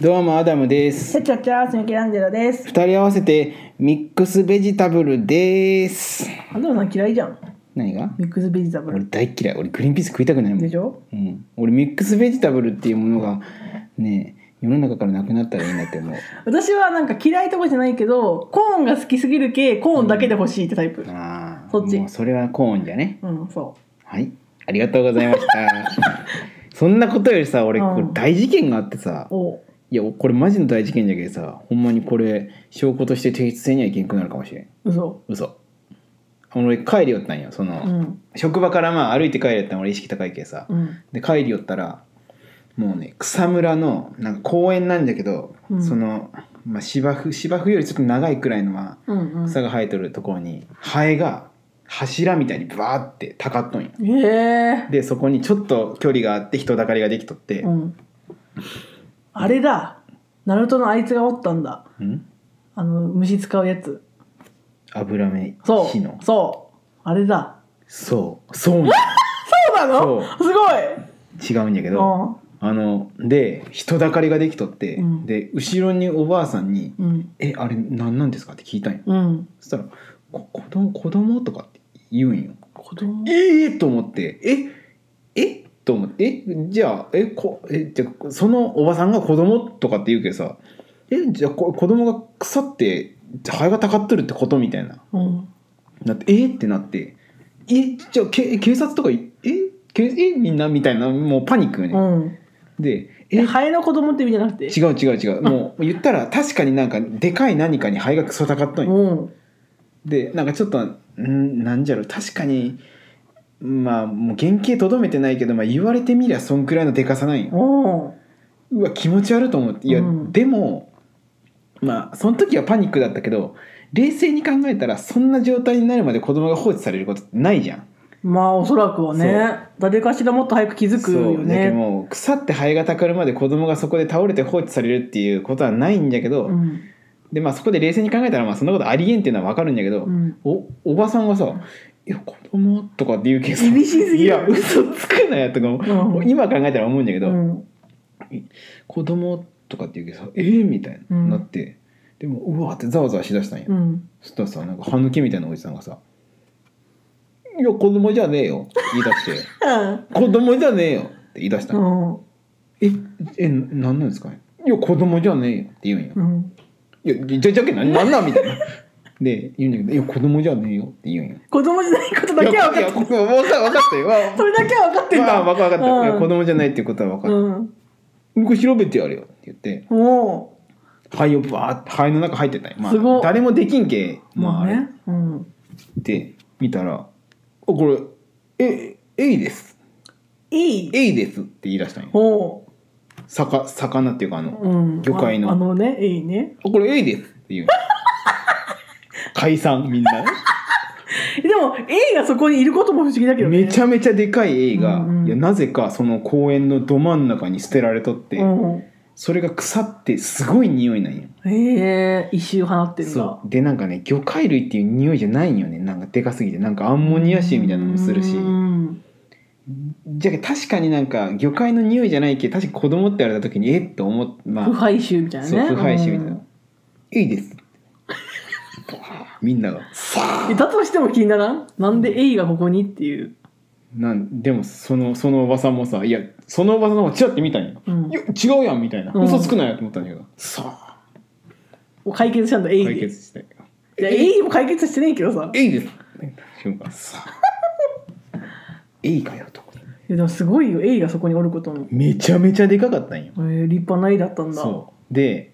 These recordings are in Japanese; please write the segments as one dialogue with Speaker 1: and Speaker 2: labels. Speaker 1: どうもアダムです
Speaker 2: せちゃちゃすみきらんじろです。
Speaker 1: 二人合わせてミックスベジタブルです
Speaker 2: あんたも嫌いじゃん。
Speaker 1: 何が
Speaker 2: ミックスベジタブ
Speaker 1: 俺
Speaker 2: ル。
Speaker 1: 大嫌い俺グリーンピース食いたくないもん
Speaker 2: でしょ
Speaker 1: うん、俺ミックスベジタブルっていうものがね世の中からなくなったらいいなって思う
Speaker 2: 私はなんか嫌いとかじゃないけど、コーンが好きすぎるけ、コーンだけで欲しいってタイプ。
Speaker 1: ああ
Speaker 2: そっち
Speaker 1: もうそれはコーンじゃね
Speaker 2: うん、そ
Speaker 1: はいありがとうございました そんなことよりさ俺これ
Speaker 2: うん
Speaker 1: 大事件があってさ、
Speaker 2: う。おう
Speaker 1: いやこれマジの大事件じゃけどさほんまにこれ証拠として提出せにはいけんくなるかもしれん
Speaker 2: 嘘。
Speaker 1: 嘘俺帰りよったんよその、
Speaker 2: うん。
Speaker 1: 職場からまあ歩いて帰りよったん俺意識高いけさ、
Speaker 2: うん。
Speaker 1: で帰りよったらもうね草むらのなんか公園なんじゃけど、
Speaker 2: うん
Speaker 1: その、まあ、芝生芝生よりちょっと長いくらいのまあ
Speaker 2: うん、うん。
Speaker 1: 草が生えとるところにハエが柱みたいにバーってたかっとんよ
Speaker 2: ええ
Speaker 1: でそこにちょっと距離があって人だかりができとって、
Speaker 2: うん。あれだ。ナルトのあいつがおったんだ。
Speaker 1: うん、
Speaker 2: あの虫使うやつ。
Speaker 1: 油目
Speaker 2: そ
Speaker 1: 火の
Speaker 2: う。そう。あれだ。
Speaker 1: そうそう
Speaker 2: そうなの。すごい。
Speaker 1: 違うんやけど、あので人だかりができとって、
Speaker 2: うん
Speaker 1: で後ろにおばあさんに
Speaker 2: うん。うん。
Speaker 1: 「えあれ何なんですか?」って聞いたんよ
Speaker 2: うん。
Speaker 1: そしたら「こ子供子供とかって言うんよ
Speaker 2: 子供。
Speaker 1: ええと思って「ええと思って「えじゃあえこえじゃあそのおばさんが子供とかって言うけどさ「えじゃあこ子供が腐ってハエがたかっとるってこと?」みたいな
Speaker 2: うん。
Speaker 1: なって「えっ?」てなって「えじゃあけ警察とかいえけえみんな?」みたいなもうパニックよね、
Speaker 2: うん。
Speaker 1: で「
Speaker 2: え、
Speaker 1: え
Speaker 2: ハエの子供って意味じゃなくて。
Speaker 1: 違う違う違うもう言ったら確かになんかでかい何かに肺がクソたかっとんよ
Speaker 2: うん。
Speaker 1: でなんかちょっとんなんじゃろ確かにまあもう原型とどめてないけど、まあ、言われてみりゃそんくらいのでかさないよ
Speaker 2: おお。
Speaker 1: うわ気持ち悪いと思っていや、
Speaker 2: うん
Speaker 1: でもまあその時はパニックだったけど冷静に考えたらそんな状態になるまで子供が放置されることってないじゃん
Speaker 2: まあおそらくは
Speaker 1: そ
Speaker 2: ね誰かしらもっと早く気づくよ
Speaker 1: そうだけど
Speaker 2: ね
Speaker 1: もう腐ってハエがたかるまで子供がそこで倒れて放置されるっていうことはないんだけど、
Speaker 2: うん
Speaker 1: でまあそこで冷静に考えたらまあそんなことありえんっていうのは分かるんだけど、
Speaker 2: うん
Speaker 1: おおばさんがさ「いや子供とかって言うけどさ
Speaker 2: 厳しすぎる
Speaker 1: いや嘘つくなよ」とかも、
Speaker 2: うん
Speaker 1: もう今考えたら思うんだけ
Speaker 2: う
Speaker 1: ど「
Speaker 2: ん
Speaker 1: 子供とかって言うけどさえー、みたいな、
Speaker 2: うん
Speaker 1: なってでもうわーってざわざわしだしたんや、
Speaker 2: うん
Speaker 1: そしたらさなんか歯抜けみたいなおじさんがさ「いや子供じゃねえよ」って言い出 して「子供じゃねえよ」って言い出した
Speaker 2: う
Speaker 1: の、
Speaker 2: ん
Speaker 1: ええなんなんですかねいや子供じゃねえよって言うんよ、
Speaker 2: うん
Speaker 1: いや、じゃ、じゃけな、なんなんみたいな。で、言うんだけど、いや、子供じゃねえよって言うんよ。
Speaker 2: 子供じゃないことだけは分かって
Speaker 1: いやいやもうさ、分かったよ。まあ
Speaker 2: それだけは分かってん
Speaker 1: まあ、
Speaker 2: だ
Speaker 1: 分かった、分かった。いや
Speaker 2: うん
Speaker 1: 子供じゃないっていうことは分かった。
Speaker 2: うん
Speaker 1: うん、これ広めてやるよって言って、
Speaker 2: お
Speaker 1: 肺をバーって、肺の中入ってたよ。まあ
Speaker 2: すごっ、
Speaker 1: 誰もできんけ、
Speaker 2: おま
Speaker 1: まあ、
Speaker 2: あ
Speaker 1: あれ
Speaker 2: ねうん
Speaker 1: って見たら、あ、これ、え、えいです。
Speaker 2: いい
Speaker 1: えいですって言い出したんよ。
Speaker 2: お
Speaker 1: さか、魚っていうか、あの、あ
Speaker 2: うん
Speaker 1: 魚介の
Speaker 2: ああのねいいね
Speaker 1: これ、えいですって 言うんよ。解散、みんな。
Speaker 2: でも A がそこにいることも不思議だけどね
Speaker 1: めち
Speaker 2: ゃ
Speaker 1: ゃめちゃでかいエイが、
Speaker 2: うんうん
Speaker 1: いやなぜかその公園のど真ん中に捨てられとって、
Speaker 2: うん
Speaker 1: それが腐ってすごい匂いなんよ
Speaker 2: へえ一周放ってんだ
Speaker 1: そうでなんかね魚介類っていう匂いじゃないんよねなんかでかすぎてなんかアンモニア臭みたいなのもするし
Speaker 2: うん
Speaker 1: じゃけ確かになんか魚介の匂いじゃないけど確かに子供って言われた時にえっと思ってま
Speaker 2: 腐
Speaker 1: あ
Speaker 2: 敗臭みたいな
Speaker 1: そう
Speaker 2: ね
Speaker 1: 腐敗臭みたい
Speaker 2: うん
Speaker 1: な「エイです」みんなが
Speaker 2: えだとしても気にならんなんで A がここにっていう、
Speaker 1: なんでもそのそのおばさんもさいやそのおばさんもチラって見たんよ
Speaker 2: うん
Speaker 1: い、や違うやんみたいな、
Speaker 2: うん
Speaker 1: 嘘つくなよと思ったんだけどさあ
Speaker 2: 解決したんだ A
Speaker 1: 解
Speaker 2: で
Speaker 1: 決して
Speaker 2: いや A も解決してないけどさ
Speaker 1: えいです瞬間さあえいかよと
Speaker 2: いやでもすごいよ A がそこにおることも、
Speaker 1: めちゃめちゃでかかったんよ
Speaker 2: えー、立派な A だったんだ
Speaker 1: そうで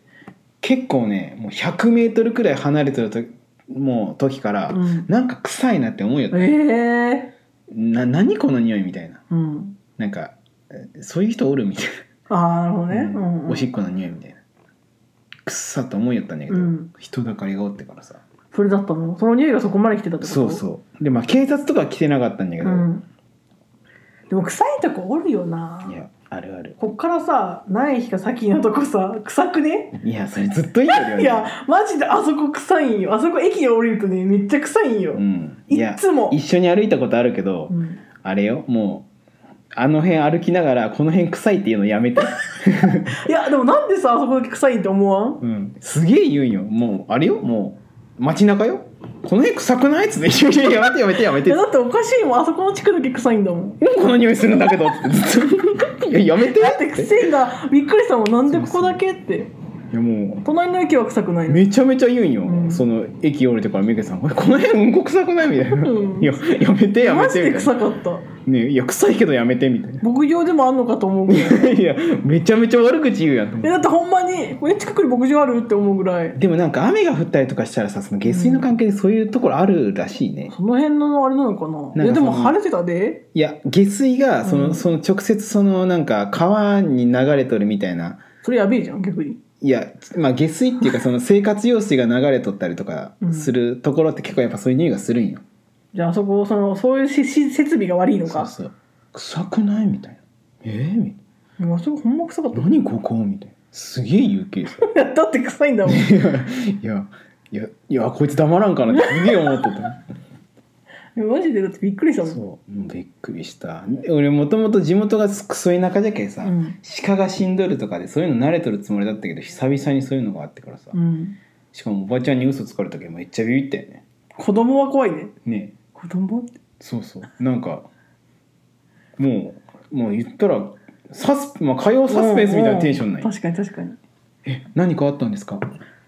Speaker 1: 結構ねもう 100m くらい離れてるともう時から、
Speaker 2: うん
Speaker 1: なんか臭いなって思うよ、
Speaker 2: ええ
Speaker 1: な何この匂いみたいな
Speaker 2: ー、うん
Speaker 1: なんかえそういう人おるみたいな
Speaker 2: ああなるほどね、
Speaker 1: う
Speaker 2: うんんうん、
Speaker 1: おしっこの匂いみたいなくっさと思いよったんだけど、
Speaker 2: うん
Speaker 1: 人だかりがおってからさ
Speaker 2: それだったのその匂いがそこまで来てたってこと
Speaker 1: そうそうでまあ警察とかは来てなかったんだけど、
Speaker 2: ん、でも臭いとこおるよない
Speaker 1: やあるある
Speaker 2: こっからさ何日か先のとこさ臭くね
Speaker 1: いやそれずっと言ってるよね
Speaker 2: いやマジであそこ臭いんよあそこ駅で降りるとねめっちゃ臭いんよ、
Speaker 1: うん、
Speaker 2: いっつも
Speaker 1: 一緒に歩いたことあるけど、
Speaker 2: うん
Speaker 1: あれよもうあの辺歩きながらこの辺臭いっていうのやめて、
Speaker 2: いやでもなんでさあそこだけ臭いって思わ ん
Speaker 1: うん、すげえ言うんよもうあれよもう街中よこの辺臭くないっつって「いやいやいややめてやめてやめ
Speaker 2: い
Speaker 1: て」
Speaker 2: やだっておかしいもんあそこの地区だけ臭いんだもん
Speaker 1: もうこの匂いするんだけど」 ってずっと「いややめて」
Speaker 2: だっ
Speaker 1: ってて
Speaker 2: 癖がびっくりしたもんなんでここだけって
Speaker 1: いやも
Speaker 2: 隣の駅は臭くないうの
Speaker 1: めちゃめちゃ言うんよ、
Speaker 2: うん
Speaker 1: その駅降りてからミケさん「これこの辺うんこ臭くない?」みたいな「
Speaker 2: うん
Speaker 1: いややめてやめ
Speaker 2: マジ
Speaker 1: て」
Speaker 2: で
Speaker 1: みたいな
Speaker 2: 臭かった
Speaker 1: 「ね、いや臭いけどやめて」みたいな
Speaker 2: 牧場でもあんのかと思うぐらい
Speaker 1: 「いやめちゃめちゃ悪口言うやん」と思って
Speaker 2: えだってほんまにこれ近くに牧場あるって思うぐらい
Speaker 1: でもなんか雨が降ったりとかしたらさその下水の関係でそういうところあるらしいね、
Speaker 2: その辺のあれなのかな
Speaker 1: その
Speaker 2: いやでも晴れてたで
Speaker 1: いや下水がその,、
Speaker 2: うん
Speaker 1: その直接そのなんか川に流れとるみたいな
Speaker 2: それやべえじゃん逆に
Speaker 1: いや、まあ、下水っていうかその生活用水が流れとったりとかするところって結構やっぱそういう匂いがするんよ、
Speaker 2: じゃああそこそのそういうしし設備が悪いの
Speaker 1: そう
Speaker 2: か
Speaker 1: そう臭くないみたいなえー、み
Speaker 2: うんあそこほんま臭かった
Speaker 1: い
Speaker 2: た
Speaker 1: な何ここみたいなすげえ有形です
Speaker 2: だって臭いんだもん
Speaker 1: いや いやいやいやこいつ黙らんかなってすげえ思っとった
Speaker 2: いや マジでだってびっくりしたもん
Speaker 1: そううんびっくりしたで俺もともと地元がクソ田舎じゃけんさ、
Speaker 2: うん
Speaker 1: 鹿が死んどるとかでそういうの慣れとるつもりだったけど久々にそういうのがあってからさ、
Speaker 2: うん、
Speaker 1: しかもおばちゃんに嘘つかれたけどめっちゃビビったよね
Speaker 2: 子供は怖いね
Speaker 1: ねえ
Speaker 2: 子供って
Speaker 1: そうそうなんかもうもう言ったらサス、まあ、火曜サスペンスみたいなテンションない、
Speaker 2: うんうん確かに確かに
Speaker 1: え何かあったんですか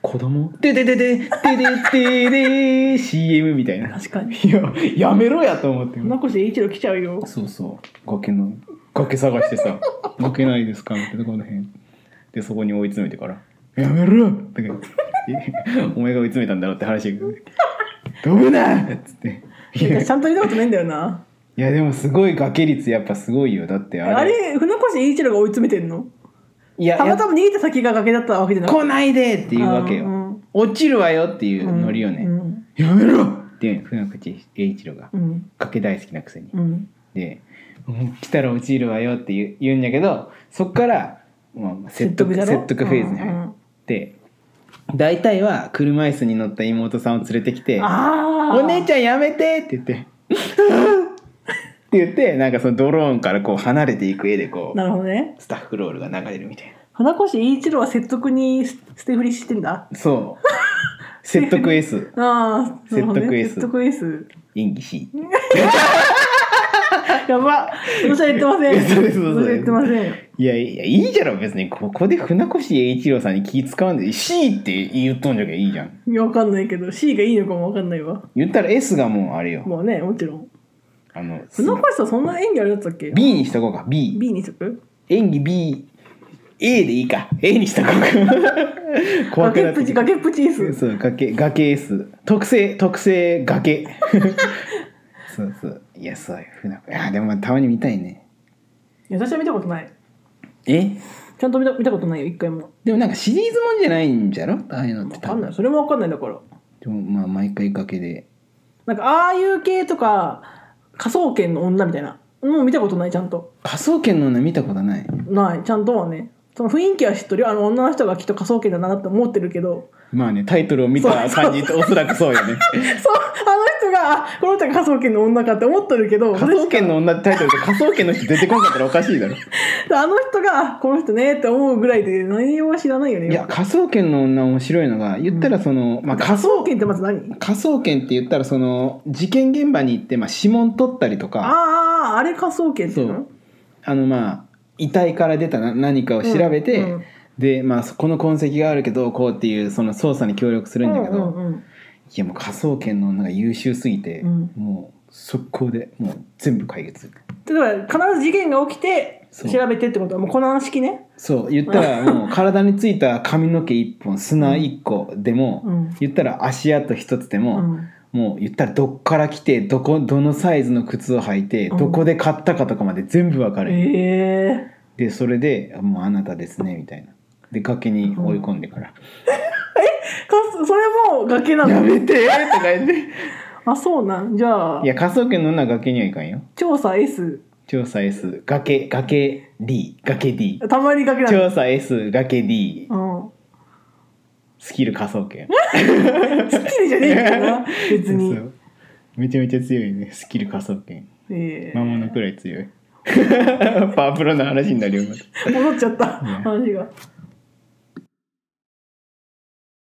Speaker 1: 子供でででででででで CM みたいな
Speaker 2: 確かに
Speaker 1: いややめろやと思って
Speaker 2: そんなこと一度来ちゃうよ
Speaker 1: そうそう崖の崖探して さ崖ないですかみたいなこの辺でそこに追い詰めてから「やめろ!」って言って「お前が追い詰めたんだろ」って話してくる「飛ぶな!」っつっていやい
Speaker 2: ちゃんと見たことないんだよな
Speaker 1: やでもすごい崖率やっぱすごいよだってあれ
Speaker 2: あれ船越英一郎が追い詰めてんの
Speaker 1: いや
Speaker 2: たま
Speaker 1: や
Speaker 2: たま逃げた先が崖だったわけじゃなくて
Speaker 1: 来ないで!」っていうわけよ、
Speaker 2: うんうん
Speaker 1: 落ちるわよっていうノリよね、
Speaker 2: うん
Speaker 1: やめろって言うの船口英一郎が
Speaker 2: うん
Speaker 1: 崖大好きなくせに、
Speaker 2: うん
Speaker 1: で「もう来たら落ちるわよ」って言う言うんやけどそっから、まあまあ、説得
Speaker 2: だ
Speaker 1: 説
Speaker 2: ろ
Speaker 1: 得フェーズに
Speaker 2: うんうん
Speaker 1: 入って、大体は車椅子に乗った妹さんを連れてきて「
Speaker 2: ああ
Speaker 1: お姉ちゃんやめて!」って言って「って言ってなんかそのドローンからこう離れていく絵でこう
Speaker 2: なるほどね
Speaker 1: スタッフロールが流れるみたい
Speaker 2: 船越英一郎は説得に捨て振りしてんだ
Speaker 1: なそう説得 S
Speaker 2: ああ、なるほどね
Speaker 1: 説
Speaker 2: 説
Speaker 1: 得
Speaker 2: 得 S
Speaker 1: 演技 C
Speaker 2: やば私は言ってません
Speaker 1: そうですそうです
Speaker 2: 私は言ってません
Speaker 1: いやいやいいじゃろ別にここで船越英一郎さんに気使わんで C って言っとんじゃけいいじゃん
Speaker 2: いやわかんないけど C がいいのかもわかんないわ
Speaker 1: 言ったら S がもうあれよ。
Speaker 2: まあねもちろん
Speaker 1: あの、
Speaker 2: 船越さんそんな演技あれだったっけ
Speaker 1: B にしとこうか。B。
Speaker 2: B にしとく
Speaker 1: 演技 B。A でいいか。A にしとこうか。 怖く
Speaker 2: 崖
Speaker 1: な
Speaker 2: っ
Speaker 1: ってき
Speaker 2: ぷち
Speaker 1: た
Speaker 2: 崖っぷちです
Speaker 1: そう、崖、崖 S。特性、特性、崖。 そうそう。いや、そういうふうな。いや、でもたまに見たいね。
Speaker 2: いや私は見たことない
Speaker 1: え
Speaker 2: ちゃんと見た見たことないよ一回も
Speaker 1: でもなんかシリーズもんじゃないんじゃろああいうのって
Speaker 2: わかんないそれもわかんないんだから
Speaker 1: でもまあ、毎回崖で。
Speaker 2: なんかああいう系とか科捜研の女みたいなもう見たことないちゃんと
Speaker 1: 科捜研の女見たことない。
Speaker 2: ないちゃんとはねその雰囲気は知っとるよあの女の人がきっと科捜研だなって思ってるけど
Speaker 1: まあね、タイトルを見た感じっておそらくそうよね。
Speaker 2: そうあの人があこの人が科捜研の女かって思ってるけど
Speaker 1: 科捜研の女ってタイトルで科捜研の人出てこなかったらおかしいだろ。
Speaker 2: あの人があこの人ねって思うぐらいで内容は知らないよね
Speaker 1: いや科捜研の女面白いのが言ったらその、まあ科
Speaker 2: 科捜
Speaker 1: 捜
Speaker 2: 研ってまず何
Speaker 1: 科捜研って言ったらその事件現場に行ってまあ指紋取ったりと
Speaker 2: あ
Speaker 1: か
Speaker 2: ああれ科捜研っていう
Speaker 1: そう
Speaker 2: の
Speaker 1: あのまあ遺体から出たな何かを調べて、
Speaker 2: うんうん
Speaker 1: でまあそこの痕跡があるけどこうっていうその捜査に協力するんだけど、
Speaker 2: うんうんうん
Speaker 1: いやもう科捜研の女が優秀すぎて、
Speaker 2: うん
Speaker 1: もう速攻でもう全部解決する
Speaker 2: だから必ず事件が起きて
Speaker 1: そう
Speaker 2: 調べてってことはもうこの式ね
Speaker 1: そう言った らもう体についた髪の毛1本砂1個でも、
Speaker 2: うん
Speaker 1: 言ったら足跡1つで
Speaker 2: う
Speaker 1: も、
Speaker 2: ん
Speaker 1: もう言ったらどっから来てどこどのサイズの靴を履いて
Speaker 2: うん
Speaker 1: どこで買ったかとかまで全部わかる、
Speaker 2: ええ
Speaker 1: でそれで「もうあなたですね」みたいなで崖に追い込んでから「
Speaker 2: かそれも崖な
Speaker 1: や
Speaker 2: の
Speaker 1: めて!」とか言って
Speaker 2: あそうなんじゃあ
Speaker 1: いや科捜研の女は崖にはいかんよ
Speaker 2: 調査 S
Speaker 1: 調査 S 崖崖 D 崖 D
Speaker 2: たまに崖なの
Speaker 1: 調査 S 崖 D スキル科捜研
Speaker 2: うん、スッキリじゃねえからな別
Speaker 1: そ
Speaker 2: に
Speaker 1: うめちゃめちゃ強いねスキル科捜研
Speaker 2: ええ
Speaker 1: 魔物くらい強い
Speaker 2: パワープロの話になります
Speaker 1: 戻っちゃった
Speaker 2: ね
Speaker 1: 話が